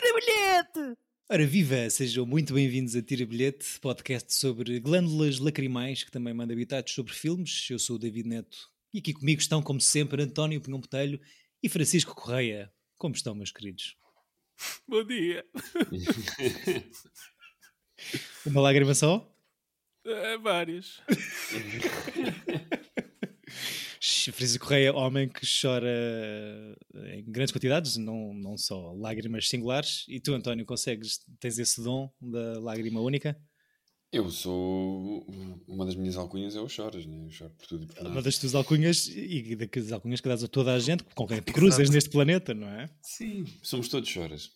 bilhete! Ora, viva! Sejam muito bem-vindos a Tira Bilhete, podcast sobre glândulas lacrimais, que também manda habitados sobre filmes. Eu sou o David Neto e aqui comigo estão, como sempre, António Pinhão Botelho e Francisco Correia. Como estão, meus queridos? Bom dia! Uma lágrima só? É, várias. Francisco Correia, homem que chora em grandes quantidades, não, não só lágrimas singulares. E tu, António, consegues, tens esse dom da lágrima única? Eu sou. um, Uma das minhas alcunhas é o Choras, né? Eu choro por tudo e por Uma nada. das tuas alcunhas e das alcunhas que dás a toda a gente, com quem te cruzas Exato. neste planeta, não é? Sim, somos todos Choras.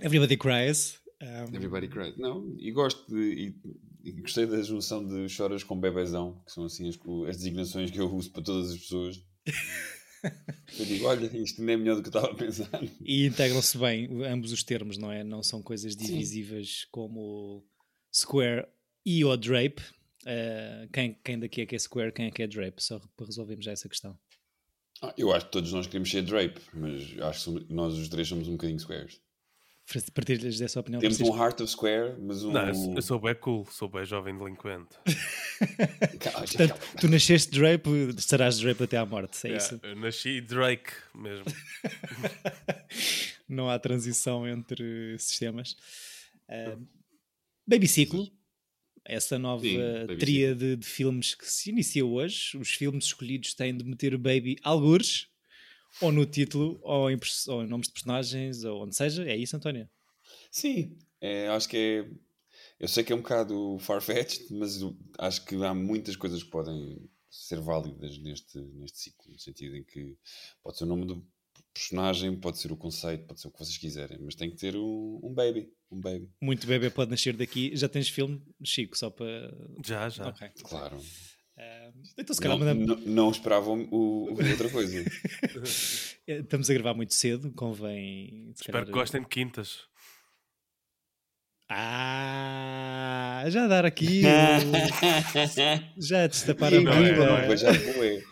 Everybody Cries. um, Everybody cries. Não, e gosto de. E, e gostei da junção de Choras com Bebezão, que são assim as, co- as designações que eu uso para todas as pessoas. Eu digo, olha, isto nem é melhor do que eu estava a pensar. E integram-se bem o- ambos os termos, não é? Não são coisas divisivas como Square e ou Drape. Eh, quem, quem daqui é que é Square, quem é que é Drape? Só para resolvermos já essa questão. Ah, eu acho que todos nós queremos ser Drape, mas acho que somos- nós os três somos um bocadinho squares. Fran- Partilhas dessa opinião, Temos um Francisco? Heart of Square, mas um. Não, eu sou- eu sou bem cool, sou bem jovem delinquente. Cala, já Portanto, cala. tu nasceste Drape, serás Drape até à morte, é É, isso? eu nasci Drake mesmo. Não há transição entre sistemas. Eh, Baby Ciclo, essa nova Sim, Baby tríade de filmes que se inicia hoje. Os filmes escolhidos têm de meter o Baby algures, ou no título, ou em, pers- ou em nomes de personagens, ou onde seja. É isso, António? Sim, é, acho que é. Eu sei que é um bocado far-fetched, mas eu acho que há muitas coisas que podem ser válidas neste, neste ciclo, no sentido em que pode ser o nome do personagem, pode ser o conceito, pode ser o que vocês quiserem, mas tem que ter um, um baby, um baby, Muito bebê pode nascer daqui. Já tens filme, Chico, só para. Já, já. Ok. claro. Eh, então, se calhar, Não, mandamos. não, não esperavam o, o- outra coisa. Eh, Estamos a gravar muito cedo, convém. se Espero calhar- que gostem de quintas. Ah, já dar aqui. já destapar a Ih, não é, vida. não é. Mas já foi.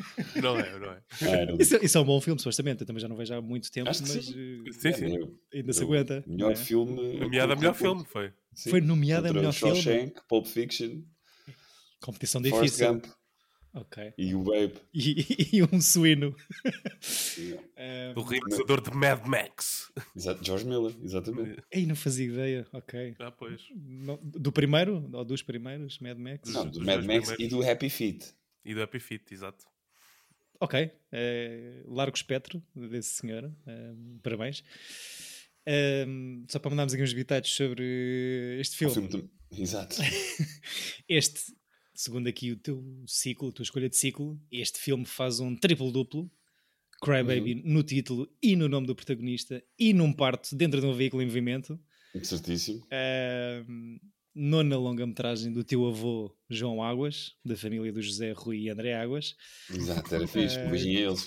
Não é, não é? Ah, não- Isso, isso é um bom filme, supostamente. Eu também já não vejo há muito tempo, Acho que mas eh, Sim, sim. Olha, ainda se Eu- aguenta. é Melhor não é? filme. Nomeado a melhor filme, foi. Sim. Foi nomeado a Contra melhor filme. Shawshank, Pulp Fiction, Competição Forrest difícil. Gump Ok. e o Babe. E, e um suíno. Sim. Ah, O realizador de Mad Max. Exato, George Miller, exatamente. Ei, não fazia ideia. Ok. Ah, pois. Não- do primeiro? Ou dos primeiros? Mad Max? Dos- Não, do dos Mad dois Max primeiros. e do Happy Feet. um E do Happy Feet, exato. Ok, eh, largo espectro desse senhor, eh, parabéns. Eh, só para mandarmos aqui uns bitados sobre este O filme. filme do- Exato. Este, segundo aqui o teu ciclo, a tua escolha de ciclo, este filme faz um triplo-duplo: Crybaby no título e no nome do protagonista, e num parto dentro de um veículo em movimento. Certíssimo. Eh, nona longa-metragem do teu avô João Águas, da família do José Rui e André Águas. Exato, era fixe. Eh, Um beijinho a eles.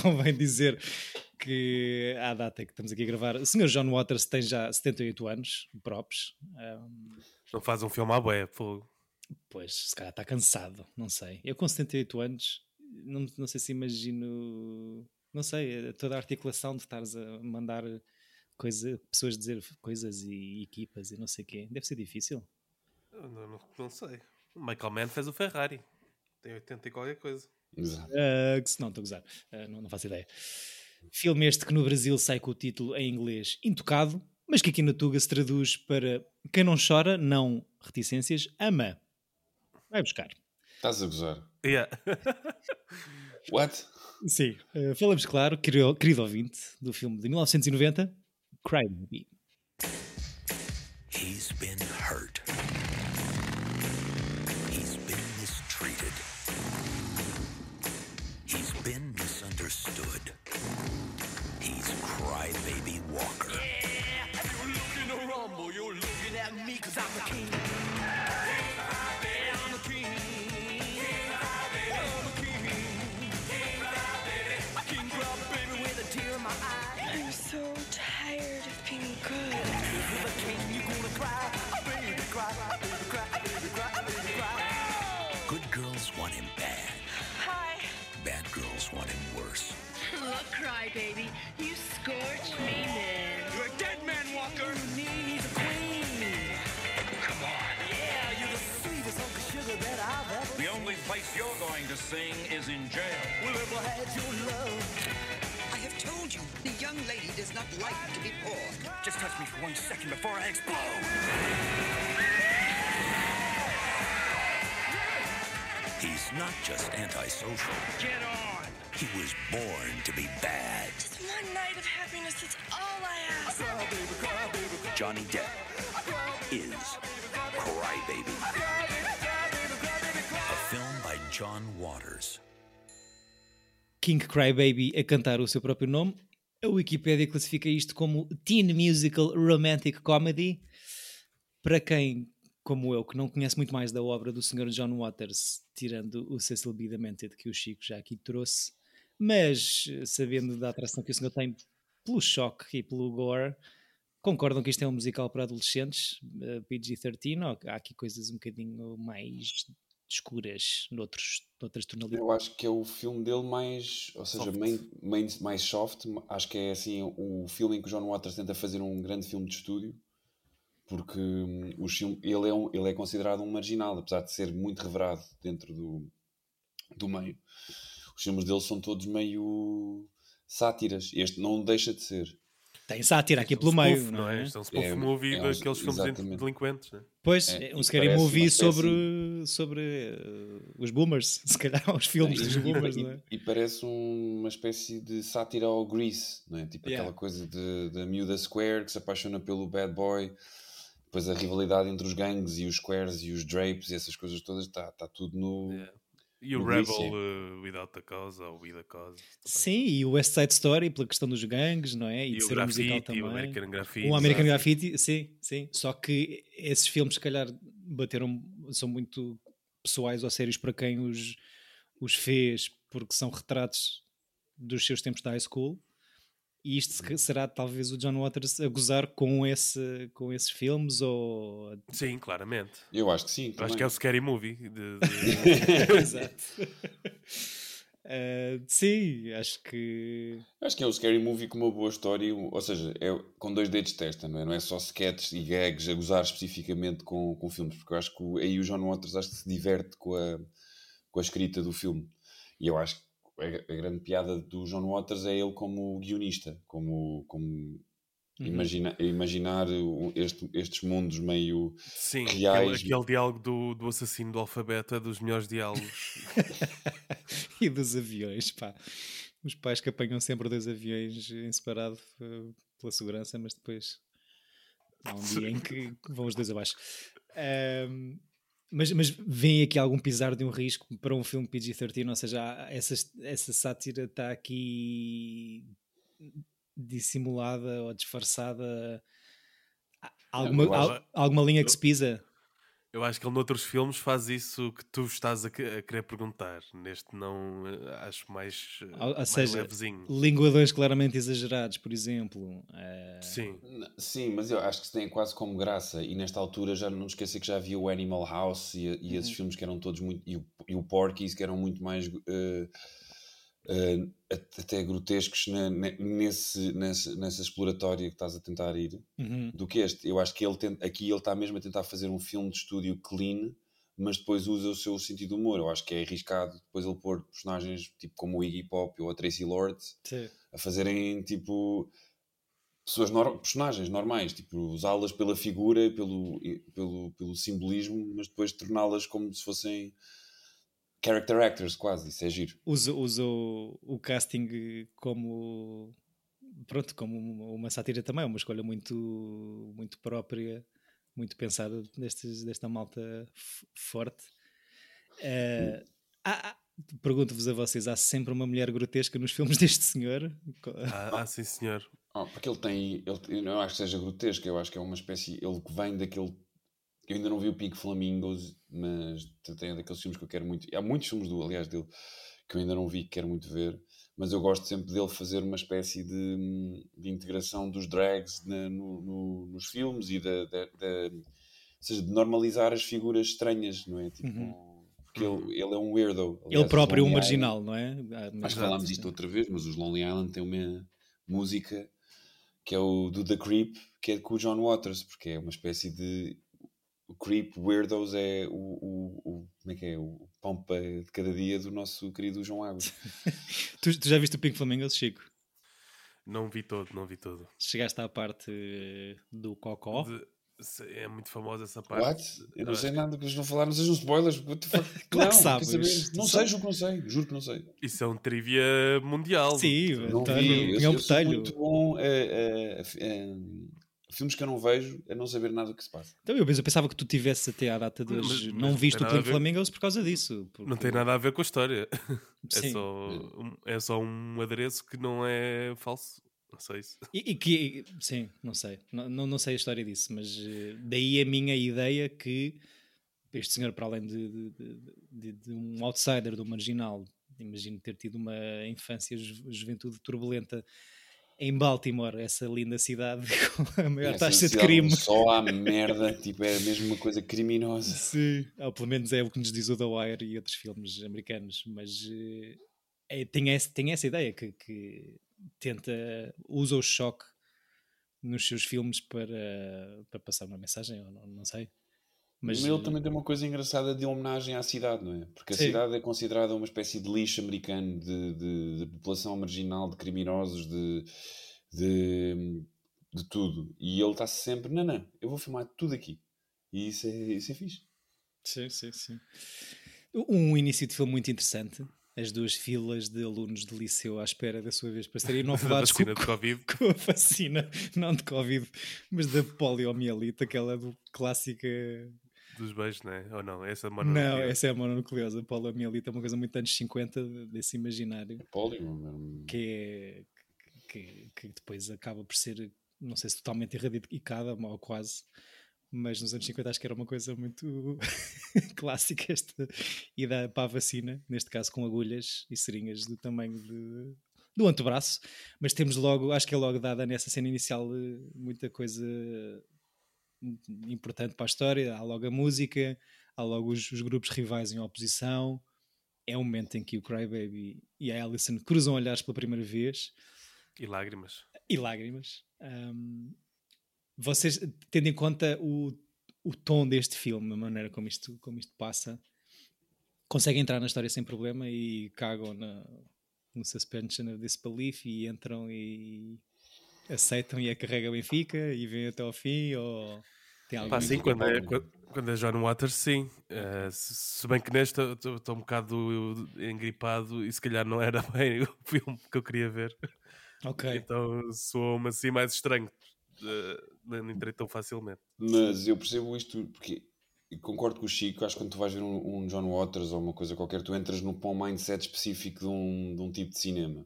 convém dizer que à data que estamos aqui a gravar, o Sr. John Waters tem já 78 anos, próprios. Não faz um filme à boé, fogo. pois, se calhar está cansado, não sei. Eu com 78 anos, não, não sei se imagino, não sei, eh, toda a articulação de estares a mandar coisa, pessoas dizer coisas e equipas e não sei o quê. Deve ser difícil. Eu Não, não, não sei. O Michael Mann fez o Ferrari. Tem 80 e qualquer coisa. Exato. Ah, que se não, estou a gozar. Ah, não, não faço ideia. Filme este que no Brasil sai com o título em inglês Intocado, mas que aqui na Tuga se traduz para Quem não chora, não reticências, ama. Vai buscar. Estás a gozar. Yeah. What? Sim. Ah, falamos, claro, querido, querido ouvinte, do filme de 1990, Crime Baby. He's been hurt. He's been mistreated. He's been misunderstood. He's crybaby Walker. I'm so tired of being good. Good girls want him bad. Hi. Bad girls want him worse. Look, crybaby, you scorch me, man. You're a dead you're going to sing is in jail. I have told you, the young lady does not like to be poor. Just touch me for one second before I explode. He's not just antisocial. Get on! He was born to be bad. Just one night of happiness, that's all I ask. Johnny Depp is Crybaby. A film by John Waters. King Crybaby a cantar o seu próprio nome. A Wikipedia classifica isto como Teen Musical Romantic Comedy. Para quem, como eu, que não conhece muito mais da obra do Sr. John Waters, tirando o Cecil B. Demented, que o Chico já aqui trouxe, mas eh, sabendo da atração que o senhor tem pelo choque e pelo gore, concordam que isto é um musical para adolescentes, eh, PG-13, ou há aqui coisas um bocadinho mais escuras noutros, noutras tonalidades? Eu acho que é o filme dele mais, ou seja, main- main- mais soft. Acho que é assim o filme em que o John Waters tenta fazer um grande filme de estúdio, porque hum, os filme- ele, é um- ele é considerado um marginal, apesar de ser muito reverado dentro do, do meio. Os filmes dele são todos meio sátiras. Este não deixa de ser. Tem sátira aqui Isto é pelo um meio, spoof, não é? Isto é um spoof É, movie é um- daqueles filmes entre exatamente. delinquentes, né? Pois, É, é um e scary parece uma movie espécie- sobre, sobre eh, os boomers, se calhar, os filmes dos E- boomers, e, não é? e parece um- uma espécie de sátira ao Grease, não é? Tipo Yeah. aquela coisa de- da miúda Square que se apaixona pelo bad boy, depois a rivalidade entre os gangues e os Squares e os Drapes e essas coisas todas, está tá tudo no. Yeah. E o No Rebel Grease, uh, Without a Cause ou With a Cause. Sim, e o West Side Story pela questão dos gangues, não é? E, E, de o ser um musical Graffiti, também. o American Graffiti. O American exato. Graffiti, sim, sim. Só que esses filmes, se calhar, bateram, são muito pessoais ou sérios para quem os, os fez, porque são retratos dos seus tempos da high school. E isto se ca- será talvez o John Waters a gozar com, esse, com esses filmes ou. Sim, claramente. Eu acho que sim. Acho também. que é o Scary Movie. de- de- Exato. Ah, sim, acho que. Acho que é um scary movie com uma boa história, e um- ou seja, é com dois dedos de testa, não é? Não é só sketches e gags a gozar especificamente com, com filmes, porque eu acho que o- aí o John Waters acho que se diverte com a, com a escrita do filme. E eu acho que a, a grande piada do John Waters é ele como guionista, como, como imagina- imaginar o- este- estes mundos meio. Sim, aquele, Reais. aquele diálogo do, do assassino do alfabeto é dos melhores diálogos. E dos aviões, pá. Os pais que apanham sempre dois aviões em separado eh, pela segurança, mas depois há um dia em que vão os dois abaixo. Ahm, mas, mas vem aqui algum pisar de um risco para um filme PG-13, ou seja, há- essa, essa sátira está aqui dissimulada ou disfarçada. Há Alguma, eu acho- há- alguma linha que se pisa? Eu acho que ele noutros filmes faz isso que tu estás a, que- a querer perguntar. Neste não eh, acho mais, eh, Ou, ou mais seja, levezinho. Hum. linguadores claramente exagerados, por exemplo. eh, Sim. N- Sim, mas eu acho que se tem quase como graça. E nesta altura já não esquecer que já havia o Animal House e, e esses filmes que eram todos muito. E o, e o Porky's que eram muito mais. eh, eh, at- até grotescos na- ne- nesse, nessa, nessa exploratória que estás a tentar ir uhum. do que este. Eu acho que ele tenta, aqui ele está mesmo a tentar fazer um filme de estúdio clean, mas depois usa o seu sentido de humor. Eu acho que é arriscado depois ele pôr personagens tipo como o Iggy Pop ou a Tracy Lords Sim. a fazerem tipo pessoas nor- personagens normais, tipo usá-las pela figura, pelo, e- pelo, pelo simbolismo, mas depois torná-las como se fossem character actors, quase, isso é giro. usa, usa o, o casting como pronto, como uma- uma sátira também, é uma escolha muito, muito própria, muito pensada destes, desta malta f- forte. Eh, há- há- Pergunto-vos a vocês: há sempre uma mulher grotesca nos filmes deste senhor? Co- Ah, ah, sim, senhor. Oh, porque ele tem, ele, eu não acho que seja grotesco, eu acho que é uma espécie, ele que vem daquele, eu ainda não vi o Pink Flamingos, mas tem daqueles filmes que eu quero muito, há muitos filmes do, aliás, dele, que eu ainda não vi, que quero muito ver, mas eu gosto sempre dele fazer uma espécie de, hum, de integração dos drags na- no- no- nos filmes e da, da- da- ou seja, de normalizar as figuras estranhas, não é? Tipo, Porque ele, ele é um weirdo. Aliás, Uhum. Ele os próprio é um Lonely marginal, não é? Ah, Acho mas- que falámos isto outra vez, mas os Lonely Island têm uma música que é o do The Creep, que é com o John Waters, porque é uma espécie de. O Creep Weirdos é o, o, o como é que é? O Pompa de cada dia do nosso querido João Águas. Tu, tu já viste o Pink Flamingos, Chico? Não vi todo, não vi todo. Chegaste à parte eh, do Cocó. De- se- É muito famosa essa parte. What? Eu não acho sei que- nada, porque eles não falaram, sejam spoilers. What the fuck? Claro que não, sabes. quer saber? Não Tu sei, sabes. juro que não sei. Juro que não sei. Isso é um trivia mundial. Sim, tá Não vi. é um António Eu, Pinhão eu sou Botelho. muito bom a, a- a fi- a filmes que eu não vejo, a não saber nada do que se passa. Então, eu, mas eu pensava que tu tivesse até à data de Mas- hoje. mas não não viste o tem nada a Pink ver. Flamingos por causa disso. porque- Não tem nada a ver com a história. É Sim. só, um- é só um adereço que não é falso. Não sei isso. E, e que, sim, não sei. Não, não, não sei a história disso, mas eh, daí a minha ideia que este senhor, para além de, de- de- de- de um outsider, de um marginal, imagino ter tido uma infância, ju- juventude turbulenta em Baltimore, essa linda cidade com a maior Essa taxa de ansiedade crime. Só há merda, tipo, é mesmo uma coisa criminosa. Sim, ou pelo menos é o que nos diz o The Wire e outros filmes americanos, mas eh, é, tem, esse, tem essa ideia que, que tenta, usa o choque nos seus filmes para, para passar uma mensagem, ou não, não sei. Mas Mas ele eh, também tem uma coisa engraçada de homenagem à cidade, não é? Porque a Sim. cidade é considerada uma espécie de lixo americano de, de- de população marginal, de criminosos, de, de, de tudo. E ele está sempre, não, não, eu vou filmar tudo aqui. E isso é, isso é fixe. Sim, sim, sim. Um início de filme muito interessante. As duas filas de alunos de liceu à espera da sua vez para serem Da inovados com, vacina de Covid. com a vacina, não de Covid, mas da poliomielite, aquela do- clássica Dos beijos, né? Ou não? Essa mano. Não, essa é a mononucleose. A poliomielite é uma coisa muito anos 50 desse imaginário Pólio, mano. que, é, que, que depois acaba por ser, não sei se totalmente erradicada, ou quase, mas nos anos 50 acho que era uma coisa muito clássica esta ida para a vacina, neste caso com agulhas e seringas do tamanho de- do antebraço, mas temos logo, acho que é logo dada nessa cena inicial eh, muita coisa importante para a história, há logo a música, há logo os, os grupos rivais em oposição. É um momento em que o Crybaby e a Alison cruzam olhares pela primeira vez E lágrimas. e lágrimas. Ahm, vocês, tendo em conta o, o tom deste filme, a maneira como isto, como isto passa, conseguem entrar na história sem problema e cagam na, no suspension of disbelief e entram e aceitam e a carrega Benfica e vêm até ao fim ou tem alguma Pá, sim, muito quando é, bom. quando, quando é John Waters, sim. Eh, se, se bem que nesta eu estou estou um bocado engripado e se calhar não era bem o filme que eu queria ver. Ok. Então soou-me assim mais estranho. Eh, não entrei tão facilmente. Mas eu percebo isto porque e concordo com o Chico. Acho que quando tu vais ver um, um John Waters ou uma coisa qualquer, tu entras num para um mindset específico de um, de um tipo de cinema.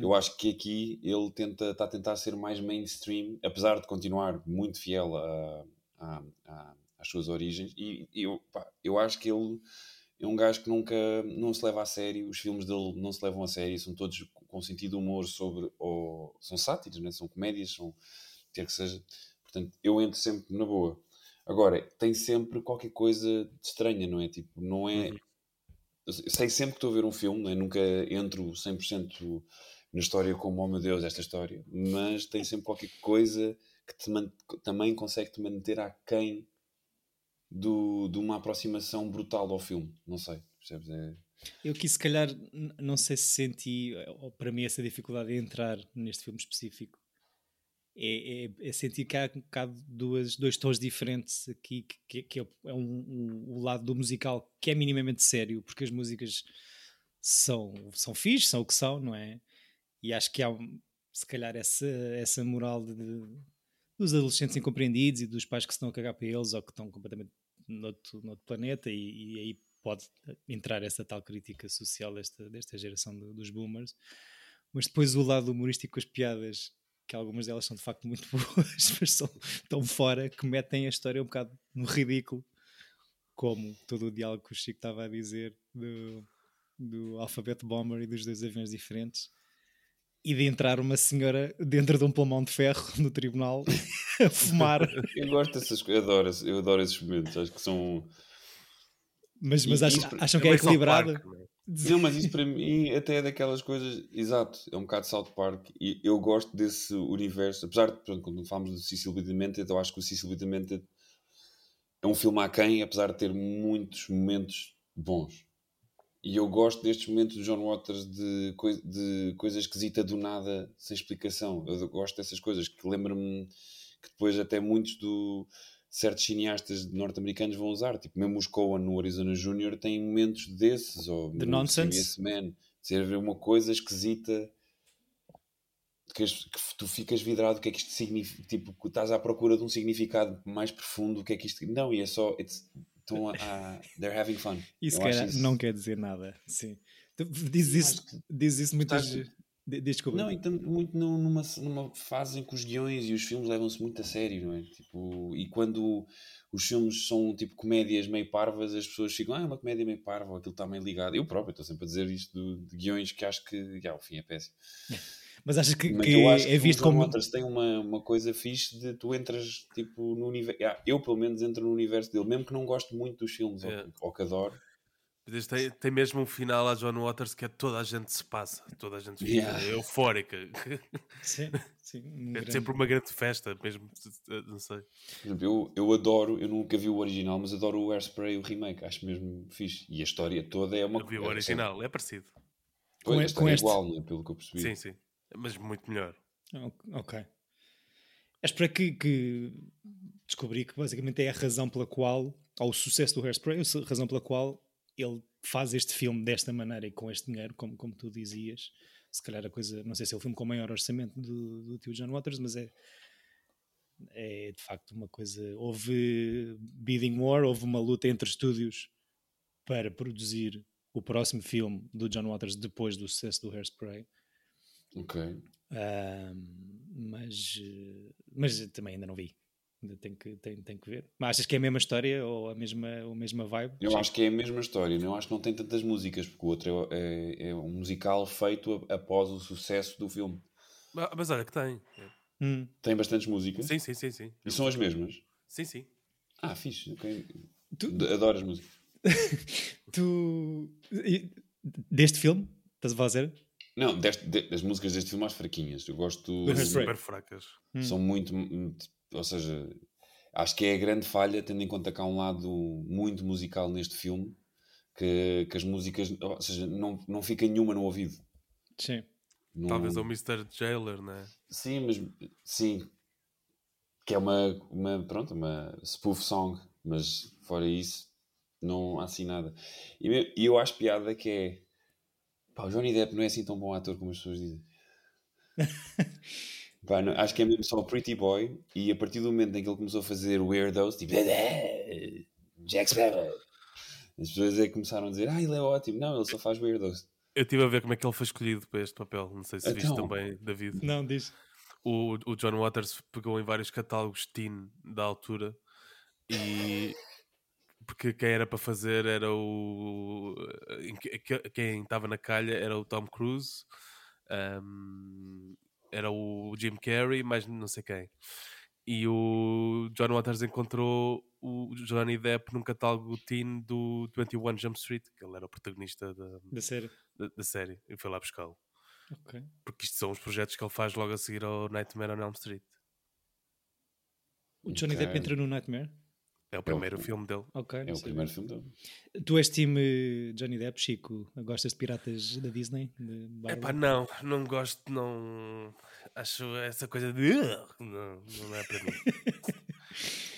Eu acho que aqui ele tenta, está a tentar ser mais mainstream, apesar de continuar muito fiel a- a- a- às suas origens. E, e eu, pá, eu acho que ele é um gajo que nunca não se leva a sério. Os filmes dele não se levam a sério, são todos com sentido de humor sobre. Ou, são sátiros, né? são comédias, são quer que seja. Portanto, eu entro sempre na boa. Agora, tem sempre qualquer coisa de estranha, não é? Tipo, não é. Eu sei sempre que estou a ver um filme, não é? nunca entro 100% na história como, oh meu Deus, esta história, mas tem sempre qualquer coisa que te man- também consegue te manter aquém do, de uma aproximação brutal ao filme. Não sei, percebes? É- Eu que se calhar n- não sei se senti, ou para mim essa dificuldade de entrar neste filme específico é, é- é sentir que há um bocado duas, dois tons diferentes aqui, que- que, que é, é um- um- o lado do musical que é minimamente sério, porque as músicas são, são fixe, são o que são, não é? E acho que há um- se calhar essa, essa moral de- de- dos adolescentes incompreendidos e dos pais que se estão a cagar para eles ou que estão completamente noutro, noutro planeta e, e aí pode entrar essa tal crítica social desta, desta geração do- dos boomers mas depois o lado humorístico com as piadas que algumas delas são de facto muito boas mas são tão fora que metem a história um bocado no ridículo como todo o diálogo que o Chico estava a dizer do, do alfabeto bomber e dos dois aviões diferentes e de entrar uma senhora dentro de um pulmão de ferro no tribunal a fumar Eu gosto dessas coisas, adoro, esse- eu adoro esses momentos, acho que são. Mas, mas E acham, isso pra- acham que é Mas South equilibrado? Park, né? Não, mas isso para mim até é daquelas coisas. Exato, é um bocado South Park. E eu gosto desse universo. Apesar de, pronto, quando falamos do Cecil B. então Demented, eu acho que o Cecil B. Demented é um filme aquém, apesar de ter muitos momentos bons. E eu gosto destes momentos do John Waters de, coi de coisa esquisita do nada, sem explicação. Eu gosto dessas coisas que lembro-me que depois até muitos do certos cineastas norte-americanos vão usar. Tipo, mesmo os Coen no Arizona Júnior têm momentos desses. Ou De no nonsense. Serious Man. De ser uma coisa esquisita que, as- que tu ficas vidrado, o que é que isto significa? Tipo, que estás à procura de um significado mais profundo, o que é que isto. Não, e é só. it's- Estão a, a- They're having fun. Isso, Eu cara, acho isso- não quer dizer nada. Sim. Tu Diz isso, diz isso muitas. Estás- de- Desculpa. Não, e tam- muito num- numa, numa fase em que os guiões e os filmes levam-se muito a sério, não é? Tipo, e quando os filmes são tipo comédias meio parvas, as pessoas ficam, ah, é uma comédia meio parva, ou aquilo está meio ligado. Eu próprio estou sempre a dizer isto do- de guiões que acho que, já, o fim é péssimo. Mas achas que, Mas que eu acho que é visto como. Waters tem uma, uma coisa fixe de tu entras, tipo, no universo. eu, pelo menos, entro no universo dele, mesmo que não gosto muito dos filmes, ou- É. ou que adoro. Mas este Tem, tem mesmo um final a John Waters que é toda a gente se passa, toda a gente fica é Yeah. eufórica. Sim, sim. um É grande- sempre uma grande festa, mesmo. eh, Não sei. Por exemplo, eu, eu adoro, eu nunca vi o original, mas adoro o Airspray, o remake, acho mesmo fixe. E a história toda é uma Eu vi o original, é parecido. É, pois, Com a e- com história é este. igual, né, pelo que eu percebi. Sim, sim. Mas muito melhor. Ok- Ok. És para que, que descobri que basicamente é a razão pela qual, ou o sucesso do Hairspray, a razão pela qual ele faz este filme desta maneira e com este dinheiro, como, como tu dizias. Se calhar a coisa, não sei se é o filme com o maior orçamento do, do tio John Waters, mas é, é de facto uma coisa. Houve bidding war, houve uma luta entre estúdios para produzir o próximo filme do John Waters depois do sucesso do Hairspray. Ok. Ahm, mas, eh, mas também ainda não vi. Ainda tenho que, tenho, tenho que ver. Mas achas que é a mesma história ou a mesma, a mesma vibe? Eu acho que é a mesma história, não acho que não tem tantas músicas, porque o outro é, é- é um musical feito a- após o sucesso do filme. Ma- Mas olha que tem. Hum, Tem bastantes músicas Sim, sim, sim, sim. e são as mesmas. Sim, sim. Ah, fixe. ok. Tu- De- Adoro as músicas. tu. e- Deste filme? Estás a fazer? Não, deste, de- das músicas deste filme, as fraquinhas. Eu gosto. Do Hairspray. Super fracas. são muito, muito- ou seja, acho que é a grande falha, tendo em conta que há um lado muito musical neste filme, que, que as músicas, ou seja, não, não fica nenhuma no ouvido. Sim. Não- Talvez ao Mr. Jailer, né? Sim, mas sim. Que é uma, uma pronto, uma spoof song, mas fora isso, não há assim nada. E me- e eu acho piada que é. Pá, o Johnny Depp não é assim tão bom ator como as pessoas dizem. Pá, não- acho que é mesmo só o Pretty Boy, e a partir do momento em que ele começou a fazer Weirdos, tipo. Jack Sparrow. As pessoas é que começaram a dizer, ah, ele é ótimo. Não, ele só faz Weirdos. Eu estive a ver como é que ele foi escolhido para este papel. Não sei se viste Então. também, David. Não, diz. o, o John Waters pegou em vários catálogos teen da altura e porque quem era para fazer era o em que- que- quem estava na calha era o Tom Cruise ahm, era o Jim Carrey mas não sei quem e o John Waters encontrou o Johnny Depp num catálogo teen do 21 Jump Street que ele era o protagonista da, Da série. da, da série e foi lá buscá-lo Ok. porque isto são os projetos que ele faz logo a seguir ao Nightmare on Elm Street O Johnny Ok. Depp entra no Nightmare. É o primeiro filme dele. Ok. É não o sei. primeiro filme dele. Tu és time Johnny Depp, Chico? Gostas de piratas da Disney? De Barbie? Epá, não, não gosto, não. Acho essa coisa de. "Ugh", Não, não é para mim.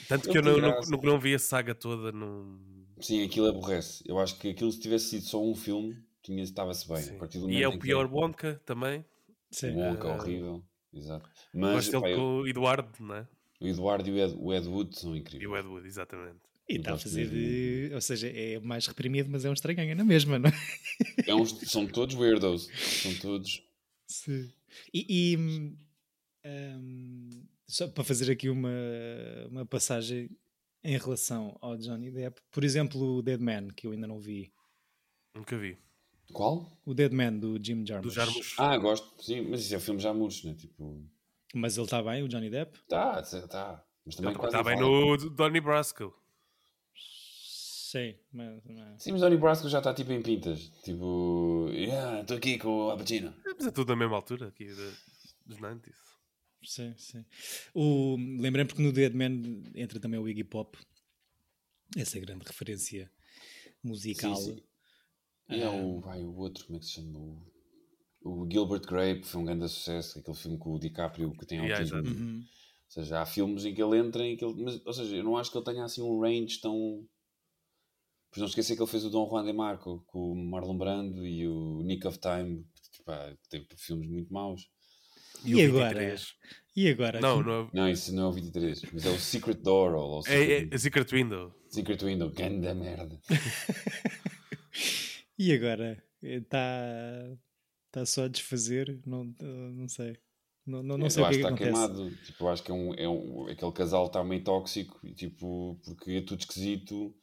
Tanto que eu Não não, tem não, graça. não, não vi a saga toda. Não... Sim, aquilo aborrece. Eu acho que aquilo, se tivesse sido só um filme, tinha- estava-se bem. Sim. A partir do E é o momento em que pior Wonka também. O Sim. Wonka, Eh, horrível. Exato. Mas Mas gosto pá, dele eu- com o Eduardo, né? o Eduardo e o, Ed, o Ed Wood são E incríveis. o Edward, exatamente. E eu está a gosto fazer. mesmo. eh, Ou seja, é mais reprimido, mas é um estranho, na mesma, não é? É uns- são todos weirdos. São todos. Sim. E, e, hum, hum, só para fazer aqui uma, uma passagem em relação ao Johnny Depp, por exemplo, o Dead Man, que eu ainda não vi. Nunca vi. Qual? O Dead Man do Jim Jarmusch. Do Jarmus. Ah, gosto. Sim, mas isso é filme já muros, né? Tipo. Mas ele está bem, o Johnny Depp? Tá, tá, tá. Mas também quase. Está não bem fala. no Donnie Brasco. Sim, mas, mas- Sim, mas Donnie Brasco já está tipo em pintas. Tipo. Yeah, estou aqui com o Al Pacino. Mas é tudo da mesma altura aqui de- dos 90 sim, sim. O, lembrei-me porque no Dead Man entra também o Iggy Pop. Essa é a grande referência musical. Sim, sim. E há o, ai, o outro, como é que se chama? O, o Gilbert Grape foi um grande sucesso, aquele filme com o DiCaprio que tem Yeah, autismo. exato. Uhum. Ou seja, há filmes em que ele entra em que ele. Mas, ou seja, eu não acho que ele tenha assim um range tão. Pois não esquecer que ele fez o Dom Juan de Marco com o Marlon Brando e o Nick of Time. que, Pá, tem filmes muito maus. E o agora? 23. E agora? Não, não Não, isso não é o 23, mas é o Secret Door ou, o é, é, Secret, é Secret Window. Secret Window. Ganda merda. E agora? Está tá só a desfazer? Não, eh, não sei. Não, não, não sei eu o que, acho é que está acontece. queimado. Tipo, eu acho que é um, é um- aquele casal está meio tóxico, e, tipo, porque é tudo esquisito.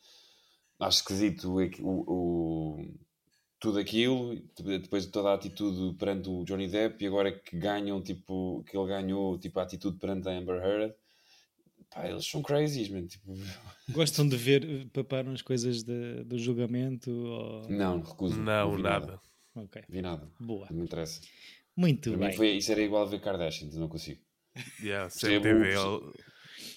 Acho esquisito é que o, o- tudo aquilo, depois de toda a atitude perante o Johnny Depp, e agora que ganham, tipo, que ele ganhou tipo, a atitude perante a Amber Heard. Pá, eles são crazies, man. Tipo, Gostam de ver, eh, paparam as coisas de- do julgamento? Ou... não, recuso. Não, vi nada. Ok, Vi nada. boa. Não me interessa. Muito Para mim bem. foi, isso era igual a ver Kardashians, não consigo. Yeah, Percebo, CMTV, percebo. ele-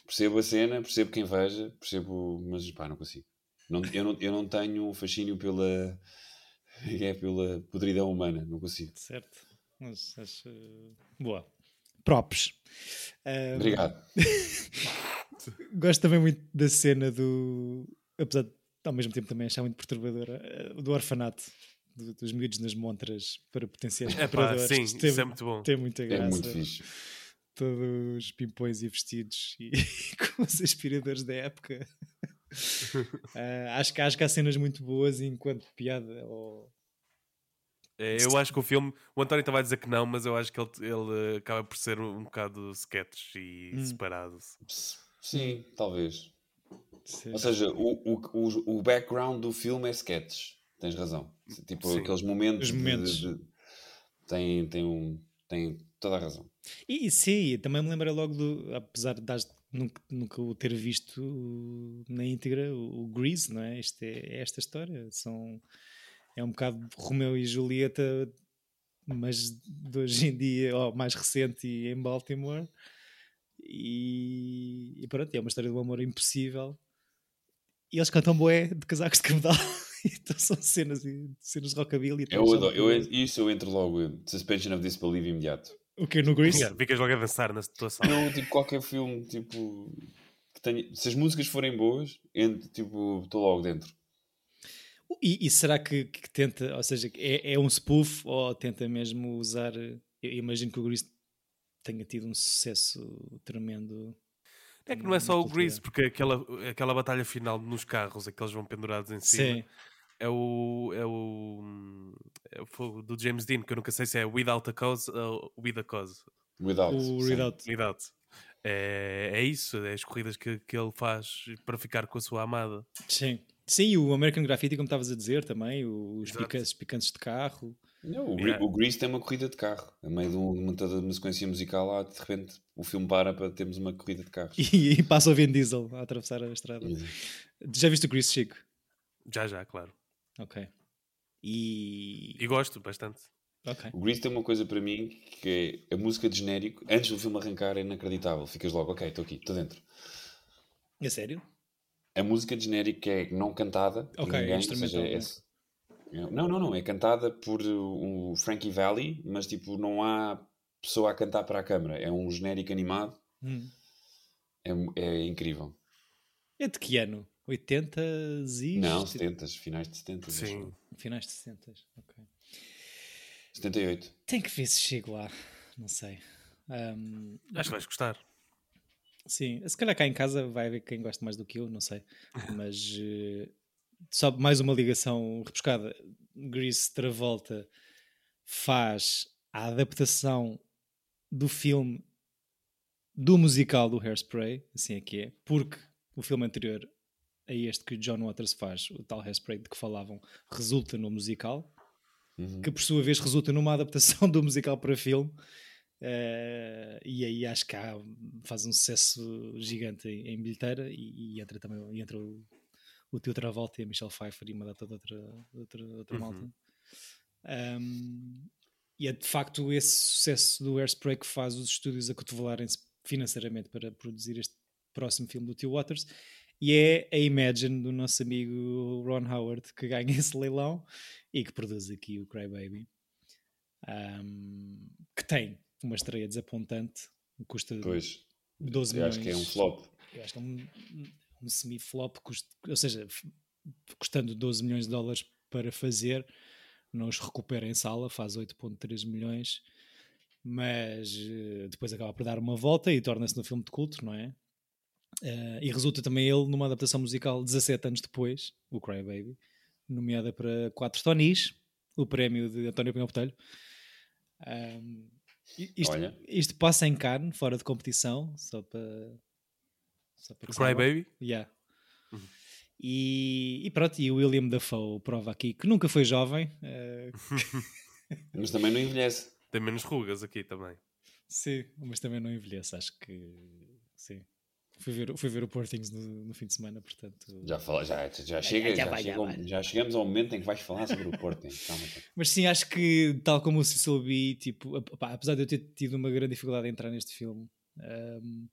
percebo a cena, percebo quem veja, percebo, mas pá, não consigo. Não- eu, não, eu não tenho um fascínio pela, é, pela podridão humana, não consigo. Certo. Mas acho... eh, Boa. Props. Ah, Obrigado. gosto também muito da cena do. Apesar de ao mesmo tempo também achar muito perturbadora, eh, do orfanato, do- dos miúdos nas montras para potenciais Epá, compradores. sim, isso é muito bom. Tem muita É graça. muito fixe. Todos pimpões e vestidos e com os aspiradores da época. Ah, acho, que, acho que há cenas muito boas e enquanto piada. ou- É, eu acho que o filme. O António estava a dizer que não, mas eu acho que ele, ele acaba por ser um bocado sketch e separado. Sim, talvez. Ou seja, o, o, o, o background do filme é sketch. Tens razão. Tipo, Sim. aqueles momentos. Os de- momentos. de- de- tem, tem, um, tem toda a razão. E e sim, também me lembra logo do. Apesar de das- nunca, nunca o ter visto o- na íntegra, o, o Grease, não é? Este é, é esta história. São, é um bocado Romeu e Julieta, mas de hoje em dia, ou mais recente, e em Baltimore. E, e pronto, é uma história de um amor impossível. E eles cantam boé de casacos de cabedal. então são cenas, e- cenas de rockabilly. e Eu tal, adoro- já- eu, isso eu entro logo. em Suspension of Disbelief imediato. O que é no Grease? Yeah, ficas logo a dançar na situação. Não, tipo, qualquer filme, tipo, que tenha... Se as músicas forem boas, entro, tipo, estou logo dentro. E, e será que, que tenta, ou seja, é, é um spoof ou tenta mesmo usar? Eu imagino que o Grease tenha tido um sucesso tremendo. É que não é só o Cultura. Grease, porque aquela, aquela batalha final nos carros, aqueles vão pendurados em cima, Sim, é o. É o. É o fogo do James Dean, que eu nunca sei se é Without a Cause ou With a Cause. Without. o sim. readout. Without. É, é isso, é as corridas que, que ele faz para ficar com a sua amada. Sim. Sim, e o American Graffiti, como estavas a dizer também, o- os Exato. picantes, picantes de carro. Não, o, Yeah. Gre- o Grease tem uma corrida de carro. A meio de uma, de uma sequência musical lá, de repente, o filme para para termos uma corrida de carros. E, e passa o Vin Diesel a atravessar a estrada. Já viste o Grease, Chico? Já, já, claro. Ok. E. E gosto bastante. Ok. O Grease tem uma coisa para mim que é a música de genérico, antes do filme arrancar, é inacreditável. Ficas logo, ok, estou aqui, estou dentro. É sério? A música de genérico que é não cantada por Ok, ninguém, ou instrumental, seja, é- né? Não, não, não, é cantada por uh, o Frankie Valli, mas tipo, não há pessoa a cantar para a câmara. É um genérico animado, Hum. é, é incrível. É de que ano? 80 e. Não, 70, finais de 70. acho Sim. eu. Finais de 60. Ok. 78. Tem que ver se chego lá. Não sei. Ahm, Acho que vais gostar. sim, se calhar cá em casa vai haver quem gosta mais do que eu, não sei. Mas eh, só mais uma ligação rebuscada. Grease Travolta faz a adaptação do filme do musical do Hairspray, assim é que é, porque o filme anterior a este que John Waters faz, o tal Hairspray de que falavam, resulta no musical Uhum. que por sua vez resulta numa adaptação do musical para filme. eh, e aí acho que há- faz um sucesso gigante em, em bilheteira e, e entra também e entra o, o Tio Travolta e a Michelle Pfeiffer e uma data de outra, de outra, de outra malta. Ahm, e é de facto esse sucesso do Airspray que faz os estúdios acotovelarem-se financeiramente para produzir este próximo filme do Tio Waters e é a Imagine do nosso amigo Ron Howard que ganha esse leilão e que produz aqui o Crybaby, Ahm, que tem uma estreia desapontante, custa Pois. 12 Eu Hum. milhões. acho que é um flop. Eu acho que é um, um semi-flop, cust- ou seja, f- custando 12 milhões de dólares para fazer, não os recupera em sala, faz 8,3 milhões, mas eh, depois acaba por dar uma volta e torna-se no filme de culto, não é? Eh, e resulta também ele numa adaptação musical 17 anos depois, o Cry Baby, nomeada para quatro Tonys, o prémio de António Pinhão Botelho. Ahm, i- isto, Olha. isto passa em carne, fora de competição, só para. Só para O que saibam. Crybaby? Yeah. E, e pronto, e o William Dafoe prova aqui que nunca foi jovem. eh, Mas também não envelhece. Tem menos rugas aqui também. sim, mas também não envelhece, acho que sim. Fui ver, fui ver o Poor Things no, no fim de semana, portanto. Já, fala, já, já, chega, já, chega ao- já chegamos ao momento em que vais falar sobre o Porto. então, hein? Calma, calma. Mas sim, acho que tal como o Cecil B, tipo, ap- pá, apesar de eu ter tido uma grande dificuldade em entrar neste filme, ahm,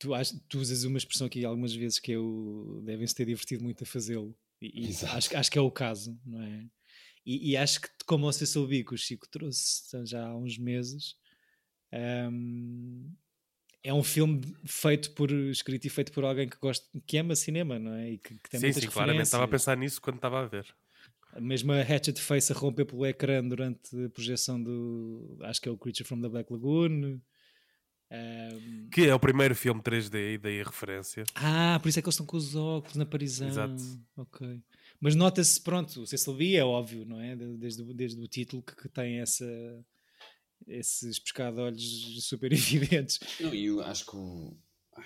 tu, ach- tu usas uma expressão aqui algumas vezes que eu devem-se ter divertido muito a fazê-lo. E, e Exato. acho, que- acho que é o caso, não é? E, e acho que como o Cecil B que o Chico trouxe já há uns meses, ahm, é um filme de- feito por escrito e feito por alguém que gosta, que ama cinema, não é? E que, que tem sim, muitas sim, claramente. Estava a referências. pensar nisso quando estava a ver. Mesmo a Hatchet Face a romper pelo ecrã durante a projeção do. Acho que é o Creature from the Black Lagoon. Ahm, Que é o primeiro filme 3D e daí a referência. ah, por isso é que eles estão com os óculos na Parisão. Exato. Ok. Mas nota-se, pronto, o Cecil B é óbvio, não é? De- Desde, o- desde o título que, que tem essa, esses pescado-olhos super evidentes. Não, e eu acho que o, ai,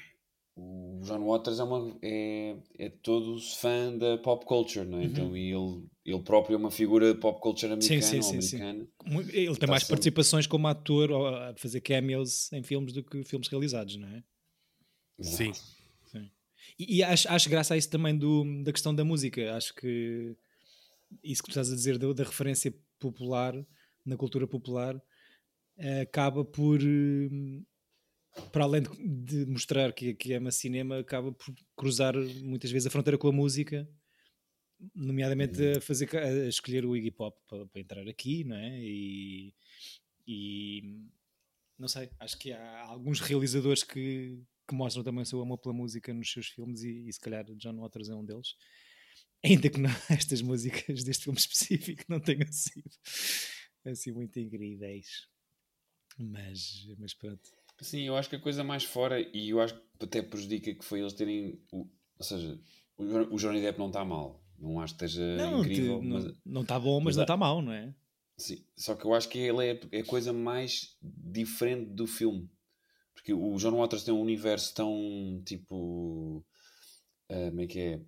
o John Waters é, uma, é, é todo fã da pop culture, não é? Então, e ele, ele próprio é uma figura de pop culture Uhum. Sim, americana sim, ou sim, sim. americana. Mu- Ele tem Tá mais sempre- participações como ator ou a fazer cameos em filmes do que filmes realizados, não é? Sim. E, e acho, acho graça a isso também do, da questão da música. Acho que isso que tu estás a dizer da, da referência popular, na cultura popular, eh, acaba por, hum, para além de, de mostrar que, que ama cinema, acaba por cruzar muitas vezes a fronteira com a música, nomeadamente a, fazer, ca- a escolher o Iggy Pop para, para entrar aqui, não é? E, e não sei, acho que há alguns realizadores que, que mostram também o seu amor pela música nos seus filmes e, e se calhar John Waters é um deles. Ainda que não- estas músicas deste filme específico não tenham sido assim muito incríveis. Mas, mas pronto. Sim, eu acho que a coisa mais fora, e eu acho que até prejudica que foi eles terem. o- ou seja, o, Jo- o Johnny Depp não está mal. Não acho que esteja não, incrível. que- mas- não, não está bom, mas mas não há- está mau, não é? sim, só que eu acho que ele é, é a coisa mais diferente do filme. Porque o John Waters tem um universo tão tipo. ah, como é que é?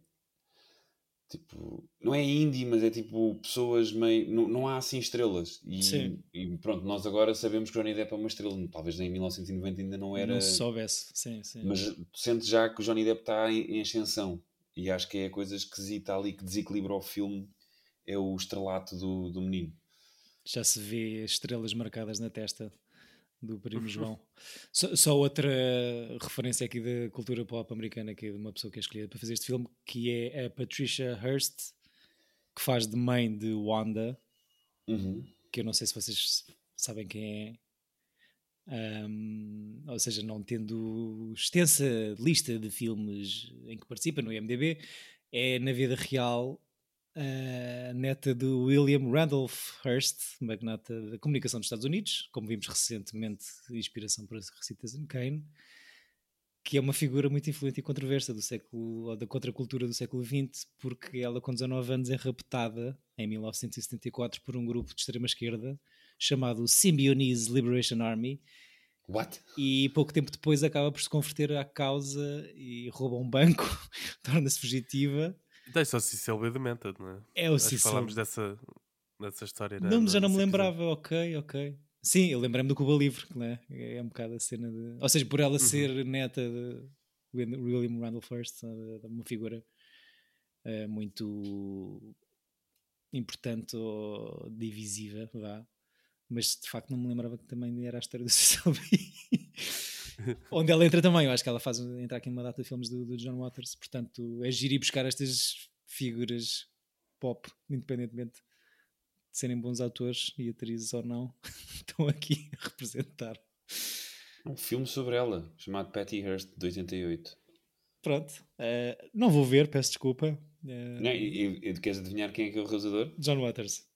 Tipo, não é indie, mas é tipo pessoas meio. Não, não há assim estrelas. E, Sim. e pronto, nós agora sabemos que Johnny Depp é uma estrela. Talvez em 1990 ainda não era. Não se soubesse. Sim, sim. Mas tu sentes já que o Johnny Depp está em, em ascensão. E acho que é a coisa esquisita ali que desequilibra o filme. É o estrelato do, do menino. Já se vê estrelas marcadas na testa do primo João. Só, só outra referência aqui da cultura pop americana, que é de uma pessoa que é escolhida para fazer este filme, que é a Patricia Hearst, que faz de mãe de Wanda, Uhum. que eu não sei se vocês sabem quem é. Ahm, ou seja, não tendo extensa lista de filmes em que participa no IMDb, é na vida real a neta do William Randolph Hearst, magnata da comunicação dos Estados Unidos, como vimos recentemente, inspiração para Citizen Kane, que é uma figura muito influente e controversa do século, ou da contracultura do século XX, porque ela com 19 anos é raptada em 1974 por um grupo de extrema esquerda chamado Symbionese Liberation Army, What? e pouco tempo depois acaba por se converter à causa e rouba um banco, torna-se fugitiva. Então, isso é o Cecil B. Demented, não é? É o Acho que Cecil falámos dessa, dessa história. na- Não, na- já não me nesse episódio. lembrava, ok, ok. Sim, eu lembrei-me do Cuba Livre, que, né? é um bocado a cena de. Ou seja, por ela ser neta de Wil- William Randolph Hearst, eh, de uma figura eh, muito importante ou divisiva, vá. Mas de facto não me lembrava que também era a história do Cecil B. Onde ela entra também, eu acho que ela faz entrar aqui numa data de filmes do, do John Waters, portanto é giro ir buscar estas figuras pop, independentemente de serem bons atores e atrizes ou não, estão aqui a representar. Um filme sobre ela, chamado Patty Hearst, de 88. Pronto, eh, não vou ver, peço desculpa. Eh, Não, e, e- e queres adivinhar quem é que é o realizador? John Waters,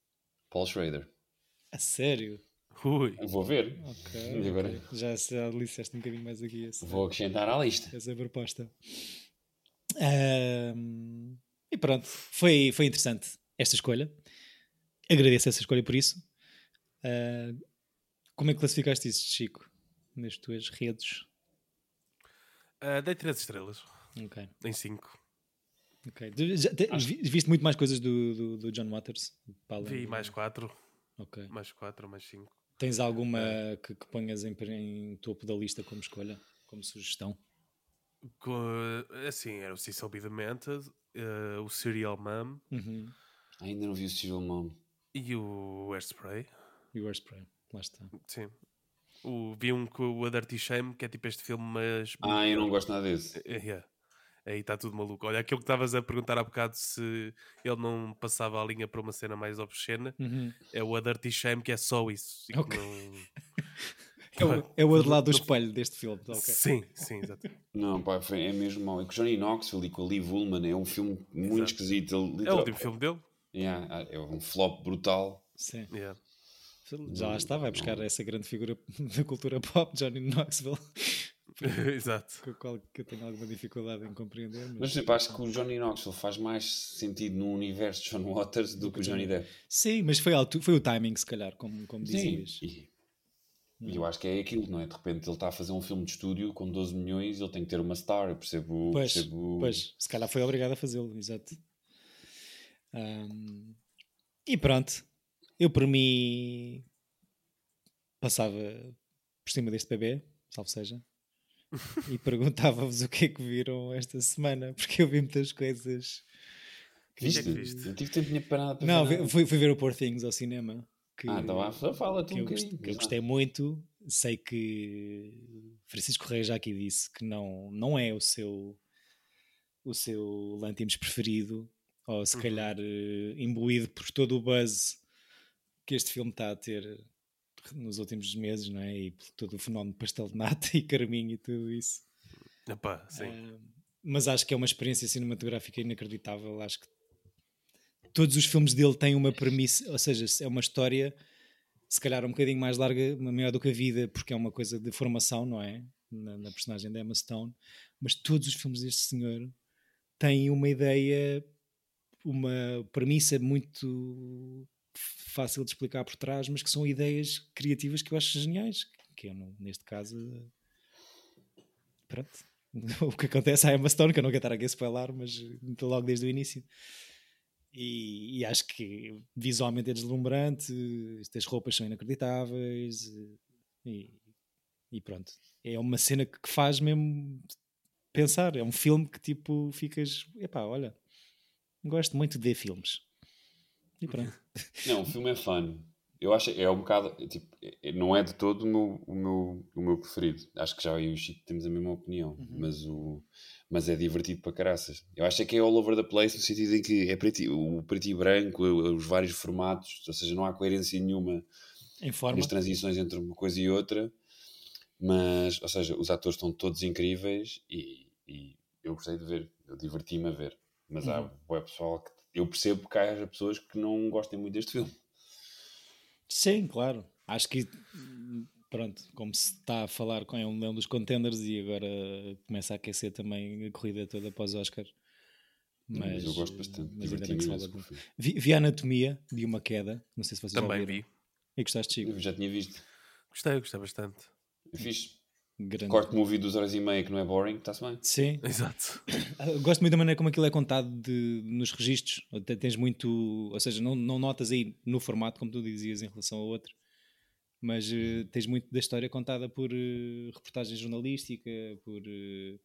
Paul Schrader. a sério? Ui, Vou ver. Ok. E agora? ok. Já, já disseste um bocadinho mais aqui esse- Vou acrescentar à lista. essa proposta. Ahm, e pronto, foi, foi interessante esta escolha. Agradeço essa escolha por isso. Ah, como é que classificaste isso, Chico? Nas tuas redes? Ah, dei 3 estrelas Ok. em 5. ok. Tu já te- vi- viste muito mais coisas do, do, do John Waters? Para além Vi do- mais 4, Ok. mais 4, mais 5. Tens alguma que, que ponhas em, em topo da lista como escolha, como sugestão? Assim, era o Cecil B. Demented, eh, o Serial Mum Uhum. Ainda não vi o Serial Mom. e o Airspray. E o Spray. Lá está. Sim. O, vi um com o A Dirty Shame, que é tipo este filme, mas. Ah, eu não gosto nada desse. Eh, yeah. Aí está tudo maluco. Olha, aquilo que estavas a perguntar há bocado se ele não passava a linha para uma cena mais obscena, Uhum. é o A Dirty Shame, que é só isso. e que Ok. não- É o, é o outro lado do espelho deste filme. ok. Sim, sim, exato. Não, pá, foi- é mesmo mau. É com o Johnny Knoxville e com a Lee Woolman. É um filme muito Exato. esquisito. Ele, É o literal- último filme dele? Yeah, é um flop brutal. Sim. Yeah. Já lá está, vai buscar essa grande figura da cultura pop, Johnny Knoxville, exato. com a qual que eu tenho alguma dificuldade em compreender. Mas... Mas tipo, acho que o Johnny Knoxville faz mais sentido no universo de John Waters do que o Johnny Depp. Sim, mas foi, a altu- foi o timing, se calhar, como, como Sim. dizias. E, e eu acho que é aquilo, não é? De repente ele está a fazer um filme de estúdio com 12 milhões, ele tem que ter uma star, eu percebo. Pois, percebo... pois, se calhar foi obrigado a fazê-lo, exato. Ahm, e pronto, eu por mim passava por cima deste bebê, salvo seja, e perguntava-vos o que é que viram esta semana, porque eu vi muitas coisas Viste? O que é que viste? Não tive tempo nem para nada para Não, ver vi- nada. fui, fui ver o Poor Things ao cinema. Que, É Ah, então vá, só fala tu que um eu, gost- bocadinho. que eu gostei muito. Sei que Francisco Reis já aqui disse que não, não é o seu o seu Lantimos preferido, ou Uhum. se calhar eh, imbuído por todo o buzz que este filme está a ter nos últimos meses, não é? E por todo o fenómeno de pastel de nata e carminho e tudo isso. Epá, sim. Ah, mas acho que é uma experiência cinematográfica inacreditável. Acho que todos os filmes dele têm uma premissa, ou seja, é uma história se calhar um bocadinho mais larga, maior do que a vida, porque é uma coisa de formação, não é? Na, na personagem da Emma Stone. Mas todos os filmes deste senhor têm uma ideia, uma premissa muito fácil de explicar por trás, mas que são ideias criativas que eu acho geniais. Que eu, não- neste caso, pronto. o que acontece à Emma Stone, que eu não quero estar aqui a spoiler, mas eh, logo desde o início. E, e acho que visualmente é deslumbrante, estas roupas são inacreditáveis eh, e, e pronto. É uma cena que que faz mesmo pensar. É um filme que tipo ficas, epá, olha, gosto muito de ver filmes. E pronto. Não, o filme é fun. Eu acho é um bocado, é, tipo, é- é- não é de todo o meu, o meu, o meu preferido. Acho que já eu e o Chico temos a mesma opinião, Uhum. mas, o, mas é divertido para caraças. Eu acho é que é all over the place no sentido em que é preto, e- o preto e branco, o- os vários formatos, ou seja, não há coerência nenhuma Em forma. nas transições entre uma coisa e outra. Mas, ou seja, os atores estão todos incríveis e, e eu gostei de ver, eu diverti-me a ver. Mas Uhum. há bué pessoal que eu percebo que há pessoas que não gostem muito deste filme. Sim, claro. Acho que, pronto, como se está a falar com é um dos contenders e agora começa a aquecer também a corrida toda após Oscar. Mas, Mas, eu gosto bastante. Mas ainda bem que se fala de- Diverti-me imenso um- com o filme. Vi, vi a Anatomia de uma queda. Não sei se vocês já Também viram. vi. E gostaste, Chico? Eu já tinha visto. Gostei, gostei bastante. Eu fiz Grande. corte movie duas horas e meia que não é boring, está-se bem. Sim, Exato. Ah, Gosto muito da maneira como aquilo é contado de- nos registros. Ou te- Tens muito, ou seja, não, não notas aí no formato, como tu dizias, em relação ao outro, mas eh, tens muito da história contada por eh, reportagem jornalística, por eh,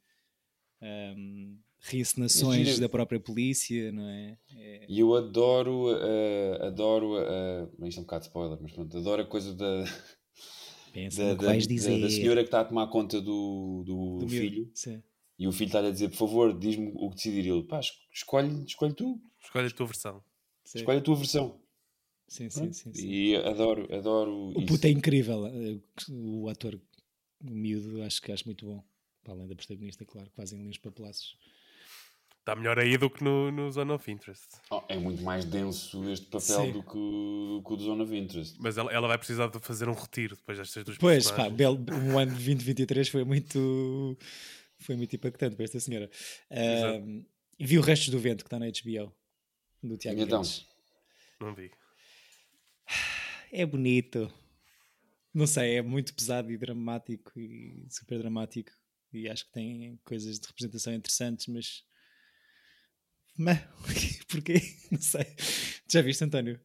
ahm, reencenações Gira- da própria polícia, não é? E eu adoro, eh, adoro, eh, isto é um bocado de spoiler, mas pronto, adoro a coisa da, Pensa da, no que da- vais da- dizer. da senhora que está a tomar conta do, do, do miúdo. filho Sim. e o filho está-lhe a dizer, por favor, diz-me o que decidir. E ele, pá, es- escolhe, escolhe tu, Escolhe a tua versão. Sim. escolhe a tua versão. Sim, sim, Pronto. sim, sim. E adoro, adoro O isso. puto é incrível. eh, O ator o miúdo acho que acho muito bom. Para além da protagonista, é claro, quase em linhas para palaços. Está melhor aí do que no, no Zone of Interest. Oh, é muito mais denso este papel Sim. do que, o- do que o do Zone of Interest. Mas ela, ela vai precisar de fazer um retiro depois destas duas Pois, pá, personagens. belo, o ano de 2023 foi muito. Foi muito impactante para esta senhora. Ah, e vi o Restos do Vento, que está na HBO, do Tiago E então? Guedes. Não vi. É bonito. Não sei, é muito pesado e dramático e super dramático. E acho que tem coisas de representação interessantes, mas. Mas porquê? Não sei. Já viste, António?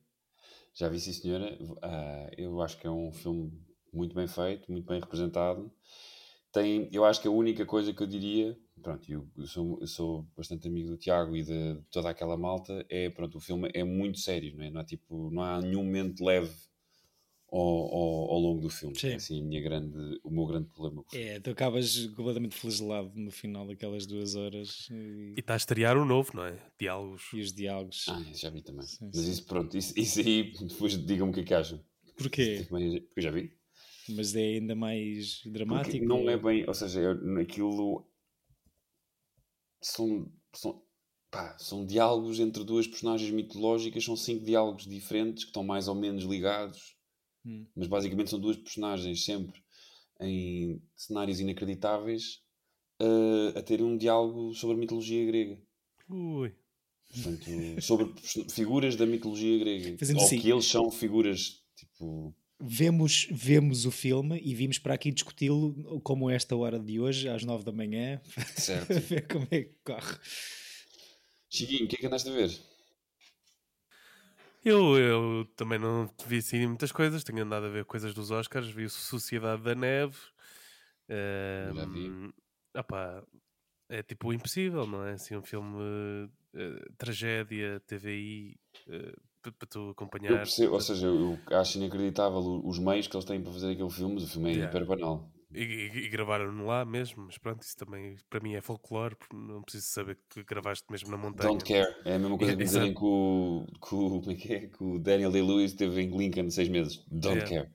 Já vi, sim, senhora. Ah, eu acho que é um filme muito bem feito, muito bem representado. Tem, eu acho que a única coisa que eu diria, pronto, eu eu sou, eu sou bastante amigo do Tiago e de, de toda aquela malta, é, pronto, o filme é muito sério, não é? Não há, tipo, não há nenhum momento leve ao, ao, ao longo do filme. Sim. É assim, a minha grande, o meu grande problema. com o filme. É, tu acabas completamente flagelado no final daquelas duas horas e, E está a estrear um novo, não é? Diálogos. e os diálogos. Ah, esse já vi também. Sim, Mas sim. isso, pronto, isso, isso aí, depois digam-me o que é que acham. Porquê? Também- Porque eu já vi. Mas é ainda mais Porque dramático. não é bem, ou seja, eu- aquilo são, são, pá, são diálogos entre duas personagens mitológicas, são cinco diálogos diferentes que estão mais ou menos ligados, Hum. mas basicamente são duas personagens sempre em cenários inacreditáveis eh, a ter um diálogo sobre a mitologia grega. Ui. Portanto, sobre perso- figuras da mitologia grega. Fazemos ou assim. que eles são figuras tipo. Vemos, vemos o filme e vimos para aqui discuti-lo como esta hora de hoje, às nove da manhã, Certo. para ver como é que corre. Chiquinho, o que é que andaste a ver? Eu, eu também não vi assim muitas coisas, tenho andado a ver coisas dos Oscars, vi o Sociedade da Neve. Já vi. ehm, opá, é tipo impossível, não é? Assim, um filme eh, tragédia, TVI, eh, pa- para tu acompanhar. eh, Eu percebo, ou seja, eu acho inacreditável o- os meios que eles têm para fazer aquele filme, mas o filme é Yeah. hiper banal. E, e- e gravaram-no lá mesmo, mas pronto, isso também para mim é folclore, porque não preciso saber que gravaste mesmo na montanha. Don't care. É a mesma coisa que me Exato. dizerem que o, que, o, como é que é? que o Daniel Day-Lewis teve em Lincoln seis meses. Don't Yeah. care.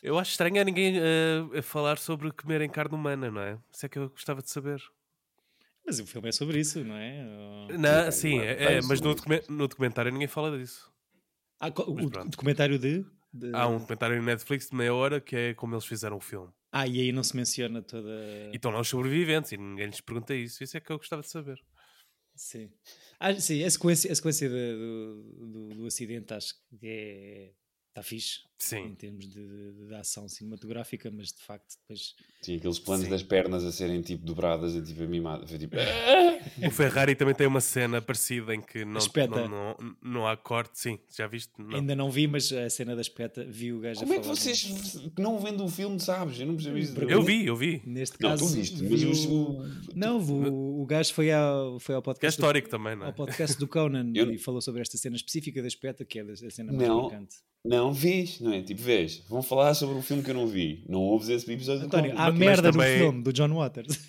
Eu acho estranho é ninguém eh, a falar sobre comerem carne humana, não é? Isso é que eu gostava de saber. Mas o filme é sobre isso, não é? Ou- Não, Sim, sim, claro, é- claro, é, isso mas no, não- documen- no documentário ninguém fala disso. Ah, co- o, Mas o pronto. documentário de, de- Há um documentário no Netflix de meia hora que é como eles fizeram o filme. Ah, e aí não se menciona toda. E estão lá os sobreviventes e ninguém lhes pergunta isso. Isso é que eu gostava de saber. Sim. Ah, sim, a sequência, a sequência da- do, do, do acidente acho que é. Está fixe em Sim, termos de, de- de ação cinematográfica, mas de facto depois Tinha aqueles planos Sim. das pernas a serem tipo dobradas e tipo mimadas. Foi tipo. o Ferrari também tem uma cena parecida em que não, Espeta. não, não, não há corte. Sim, já viste? Não. Ainda não vi, mas a cena da espeta, vi o gajo Como a é que falar vocês disso. não vendo o filme, sabes? Eu não percebo isso. Porque- Eu vi, eu vi. Neste Não, caso, tu viste, mas vi o- o... Não, o, o gajo foi ao, foi ao Que é podcast. do- histórico também, não Ao é? podcast do Conan Eu- e falou sobre esta cena específica da espeta, que é da- a cena mais Não. marcante. Não vês, não é? Tipo, vês. Vão falar sobre um filme que eu não vi. Não ouves esse episódio António, do há Conan. mas merda também- no filme do John Waters.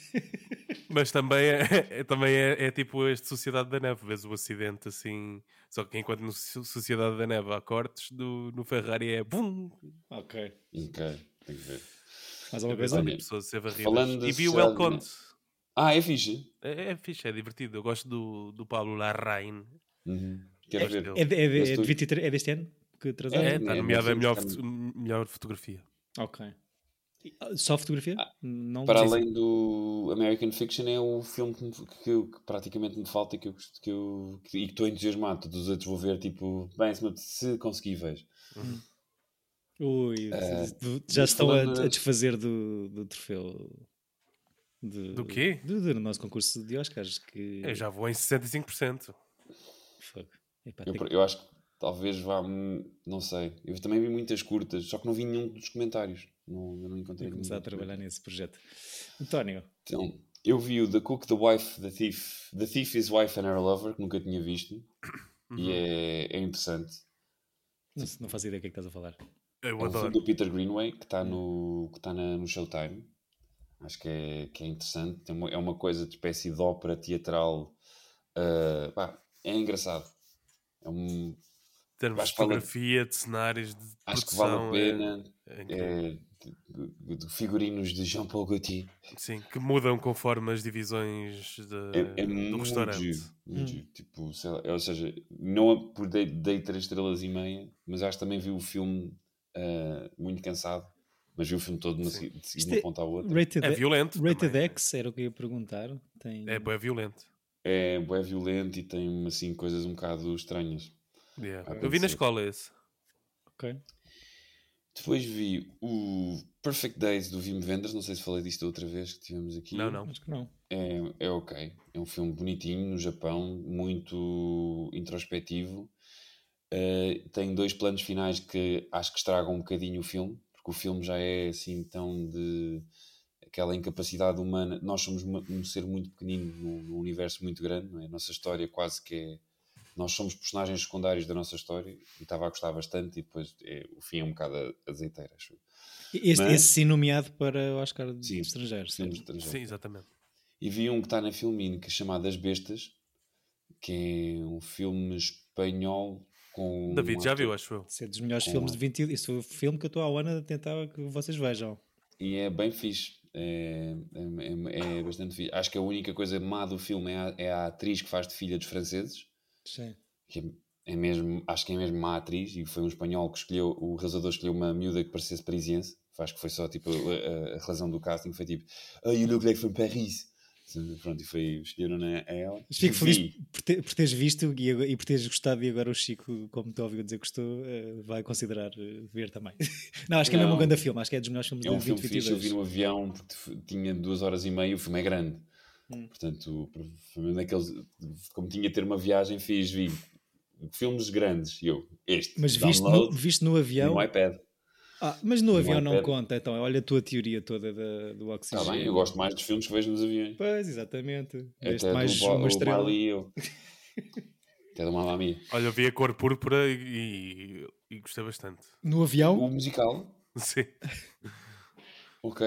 Mas também, é, é- também é, é tipo este Sociedade da Neve. Vês o acidente assim. Só que enquanto no So- Sociedade da Neve há cortes, do, no Ferrari é bum! ok. Ok, tenho que ver. Mais alguma Mas coisa? olha- Pessoas a ser Falando varridas. da E vi o Sociedade El da Conte. Ah, é fixe. É, é fixe, é divertido. Eu gosto do, do Pablo Larraín. Uhum. Quero É- ver. É, de- é de- é de Estou- 23 é deste ano que transaram? É, É, está é nomeado a muito melhor, interessante. foto- melhor fotografia. Ok. E, ah, Só fotografia? não Para sim, sim. além do American Fiction, é o filme que, me- que eu- que praticamente me falta e que eu, gosto- que eu- que- e que estou entusiasmado. Todos os outros vou ver, tipo, bem, se, me- se conseguir, vejo. Ui, Eh, do- já mas estão a, falando- a desfazer do, do troféu. de- Do quê? Do, do nosso concurso de Oscars. Que... Eu já vou em 65%. Fogo. Epá, Eu, tem- eu acho que talvez vá, hum, não sei. Eu também vi muitas curtas, só que não vi nenhum dos comentários. Não, eu não encontrei Tenho que nenhum começar a dos trabalhar nesse projeto. António, Então, eu vi o The Cook, The Wife, The Thief, The Thief, His Wife and Her Lover, que nunca tinha Uhum. visto, e é, é interessante. não, se- não faço ideia do que é que estás a falar. Eu É um filme adoro. do Peter Greenway que está no, que tá na- no Showtime. Acho que é, que é interessante. Tem uma- é uma coisa de espécie de ópera teatral. ah, pá, é engraçado. É um- Em termos acho de que vale a- fotografia, de cenários, de acho que vale produção. a pena. é- é incrível. É, de, de figurinos de Jean-Paul Gaultier. Sim, que mudam conforme as divisões de- É, é do muito restaurante. giro, Hum. muito giro. Tipo, sei lá, ou seja, não a- por dei, dei três estrelas e meia, mas acho que também vi o filme ah, muito cansado. Mas vi o filme todo de uma Sim. se- de seguir Isto uma é ponta à outra. Rated, É violento. Rated também. X era o que eu ia perguntar. Tem... É, é violento. é bué violento e tem assim coisas um bocado estranhas. Yeah. Ah, Eu vi na sim. escola esse. Ok. Depois vi o Perfect Days do Wim Wenders, não sei se falei disto outra vez que tivemos aqui. Não, não. Acho que não. É, é ok, é um filme bonitinho no Japão, muito introspectivo. Eh, tem dois planos finais que acho que estragam um bocadinho o filme, porque o filme já é assim tão de aquela incapacidade humana. Nós somos uma- um ser muito pequenino num, num universo muito grande, não é? A nossa história quase que é. Nós somos personagens secundários da nossa história e estava a gostar bastante, e depois é, o fim é um bocado a- azeiteira, acho. eu. Este, Mas- esse sim nomeado para o Oscar de Sim, estrangeiro. Filmes certo? estrangeiros. Sim, exatamente. E vi um que está na Filmin, que é chamado As Bestas, que é um filme espanhol com. David, um já ator- viu, acho eu. Isso é dos melhores Com filmes a- de 20. Isso foi o filme que eu estou há um ano a tentar que vocês vejam. E é bem fixe. É, é, é- é bastante fixe. Acho que a única coisa má do filme é a, é a atriz que faz de filha dos franceses, Sim. que é- é mesmo, acho que é mesmo má atriz, e foi um espanhol que escolheu, o realizador escolheu uma miúda que parecesse parisiense. Acho que foi só tipo a, a- a razão do casting foi tipo, oh, you look like from Paris. Pronto, e foi, escolheram a a ela. Mas Fico Vi. feliz por, ter- por teres visto e, agora- e por teres gostado e agora o Chico, como te ouviu dizer que gostou, eh, vai considerar eh, ver também. Não, acho que é mesmo um Não. grande filme, acho que é dos melhores filmes É de um filme fixe, eu 2022. vi no avião porque f- tinha duas horas e meia e o filme é grande. Hum. Portanto, foi mesmo daqueles. Como tinha de ter uma viagem, fiz, vi filmes grandes. E eu, este, Mas viste no, download, viste no e avião. no iPad. Ah, mas no no avião não iPad. conta, então. Olha a tua teoria toda da- do Está oxigênio. é Tá bem, eu gosto mais dos filmes que vejo nos aviões. Pois, exatamente. Deste Até mais do Bo- uma o estrela. Bali e eu. Até do Mamma Mia. Olha, eu vi a cor púrpura e, e- e gostei bastante. No avião? O musical, Sim. ok.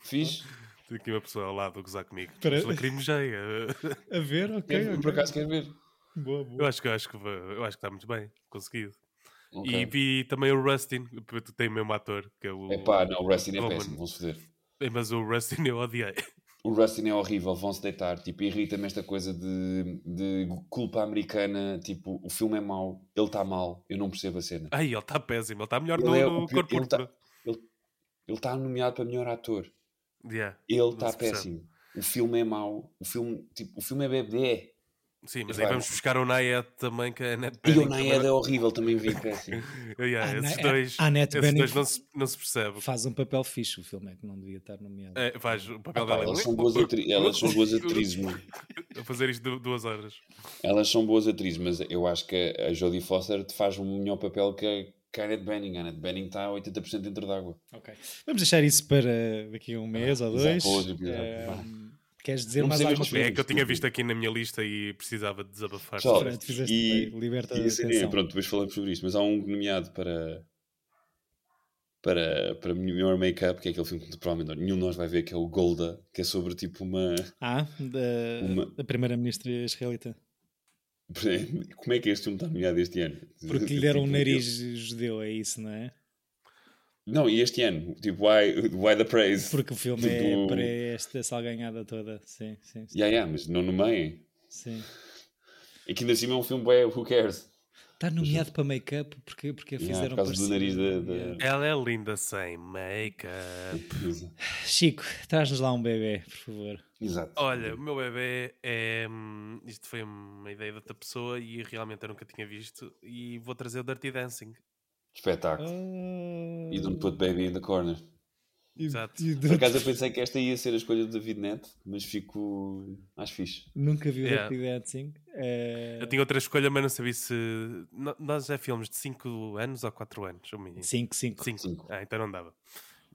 Fiz. Tenho aqui uma pessoa ao lado a gozar comigo. Espera. Os lacrimejei. eh. A ver, ok. Quero- ok. Por acaso quero ver. Boa, boa. Eu acho que, eu acho que, vou- eu acho que está muito bem. Conseguido. Ok. E vi também o Rustin, porque tem o mesmo ator, que é o. Epá, não, o Rustin é Roman. péssimo, vão-se foder. Eh, Mas o Rustin eu odiei. O Rustin é horrível, vão-se deitar. Tipo, irrita-me esta coisa de, de culpa americana. Tipo, o filme é mau, ele está mal, eu não percebo a cena. Ai, ele está péssimo. Ele está melhor Ele Ah, no, é o no pior- cor ele púrpura. Ele está nomeado para melhor ator, Yeah, ele não está se percebe. péssimo. O filme é mau, o filme, tipo, o filme é bebê. Sim, mas Mas aí vai. vamos buscar o Nayed também, que é a Net E o Benning Naed também- é horrível, também vi péssimo. Yeah, A esses Na- dois, a Annette esses Bening- dois não, se, não se percebe. Faz um papel fixe o filme, é que não devia estar nomeado. É, faz o papel Ah, pá, dela. é- elas, são boas atri- elas são boas atrizes, mano. A fazer isto du- duas horas. Elas são boas atrizes, mas eu acho que a Jodie Foster faz um melhor papel que a que a Annette Bening. tá A Annette Bening está 80% dentro d'água. Ok. Vamos deixar isso para daqui a um mês ou exato, dois. hoje, exato. Eh, Vá. queres dizer tipo, Não mais alguma precisas responder. coisa? É que eu tinha visto aqui na minha lista e precisava de desabafar. Pessoal, sobre Pronto, fizeste E- bem. Liberta E a assim, é, atenção. pronto, depois falamos sobre isto, mas há um nomeado para para, para melhor make-up, que é aquele filme que provavelmente nenhum de nós vai ver, que é o Golda, que é sobre tipo uma. Ah, da, Uma- da primeira-ministra israelita. Como é que este filme está nomeado este ano? Porque lhe deram um Tipo, nariz judeu, é isso, não é? Não, e este ano, tipo, why, why the praise? Porque o filme é Tipo- para esta salganhada toda. Sim, sim, sim. Yeah, yeah, mas não nomeiem. sim. E que ainda assim é um filme, bué, who cares? Está Tá nomeado para make-up porque, porque a Yeah, fizeram por causa do parecer- nariz da. da- Yeah. Ela é linda sem make-up. Chico, traz-nos lá um bebê, por favor. Exato. Olha, o meu bebê é. hum, Isto foi uma ideia de outra pessoa e realmente eu nunca tinha visto. E vou trazer o Dirty Dancing. Espetáculo. E don't put baby in the corner. Ah. E- Exato. e do- Por acaso eu pensei que esta ia ser a escolha do David Neto, mas fico. Acho fixe. Nunca vi o Yeah. Dirty Dancing. Eh, Eu tinha outra escolha, mas não sabia se. no- Nós é filmes de 5 anos ou 4 anos, o mínimo. Ah, Cinco, cinco. Cinco. Cinco. Ah, então não dava.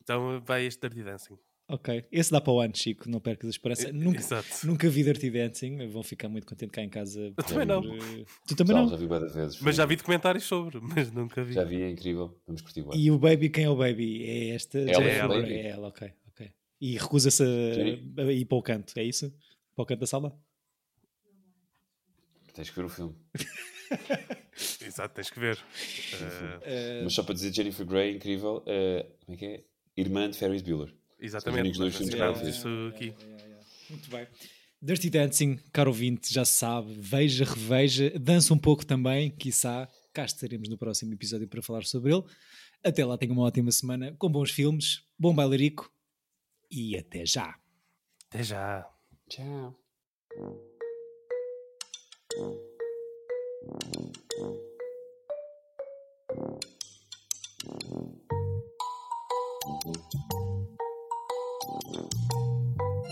Então vai este Dirty Dancing. Ok, esse dá para o ano, Chico, não percas a esperança. E- Nunca, exato. nunca vi Dirty Dancing, vão ficar muito contente cá em casa. Eu também não. eh, Tu também Já, não? já vi várias vezes. Mas já vi documentários sobre, mas nunca vi. Já vi, é incrível. Vamos curtir bem. E o Baby, quem é o Baby? É esta? Ela, Jennifer é Lawrence? Baby. É ela, ok. ok. E recusa-se a, a ir para o canto, é isso? Para o canto da sala? Tens que ver o filme. Exato, tens que ver. Eh, Mas só para dizer, Jennifer Grey, incrível. eh, como é que é? Irmã de Ferris Bueller. exatamente. São os únicos dois nós filmes mencionámos que ela isso aqui. Muito bem. Dirty Dancing, caro ouvinte, já se sabe. Veja, reveja, dança um pouco também, quiçá. Cá estaremos no próximo episódio para falar sobre ele. Até lá, tenha uma ótima semana, com bons filmes, bom bailarico e até já. Até já. Tchau.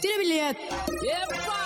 Tira bilhete! Epa!